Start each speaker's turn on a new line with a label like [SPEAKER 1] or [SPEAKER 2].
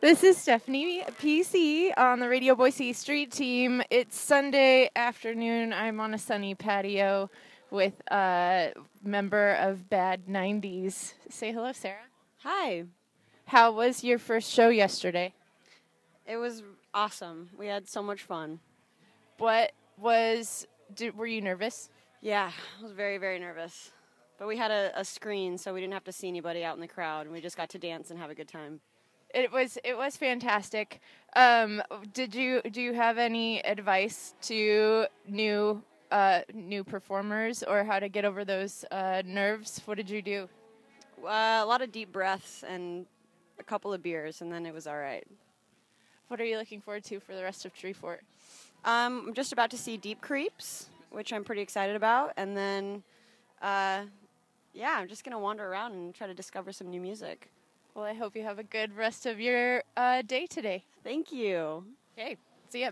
[SPEAKER 1] This is Stephanie PC on the Radio Boise Street Team. It's Sunday afternoon. I'm on a sunny patio with a member of Bad 90s. Say hello, Sarah.
[SPEAKER 2] Hi.
[SPEAKER 1] How was your first show yesterday?
[SPEAKER 2] It was awesome. We had so much fun.
[SPEAKER 1] What was did, were you nervous?
[SPEAKER 2] Yeah, I was very, very nervous. But we had a, a screen, so we didn't have to see anybody out in the crowd, and we just got to dance and have a good time.
[SPEAKER 1] It was it was fantastic. Um, did you do you have any advice to new uh, new performers or how to get over those uh, nerves? What did you do?
[SPEAKER 2] Uh, a lot of deep breaths and a couple of beers, and then it was all right.
[SPEAKER 1] What are you looking forward to for the rest of Treefort?
[SPEAKER 2] Um, I'm just about to see Deep Creeps, which I'm pretty excited about, and then, uh, yeah, I'm just gonna wander around and try to discover some new music.
[SPEAKER 1] Well, I hope you have a good rest of your uh, day today.
[SPEAKER 2] Thank you.
[SPEAKER 1] Okay, see ya.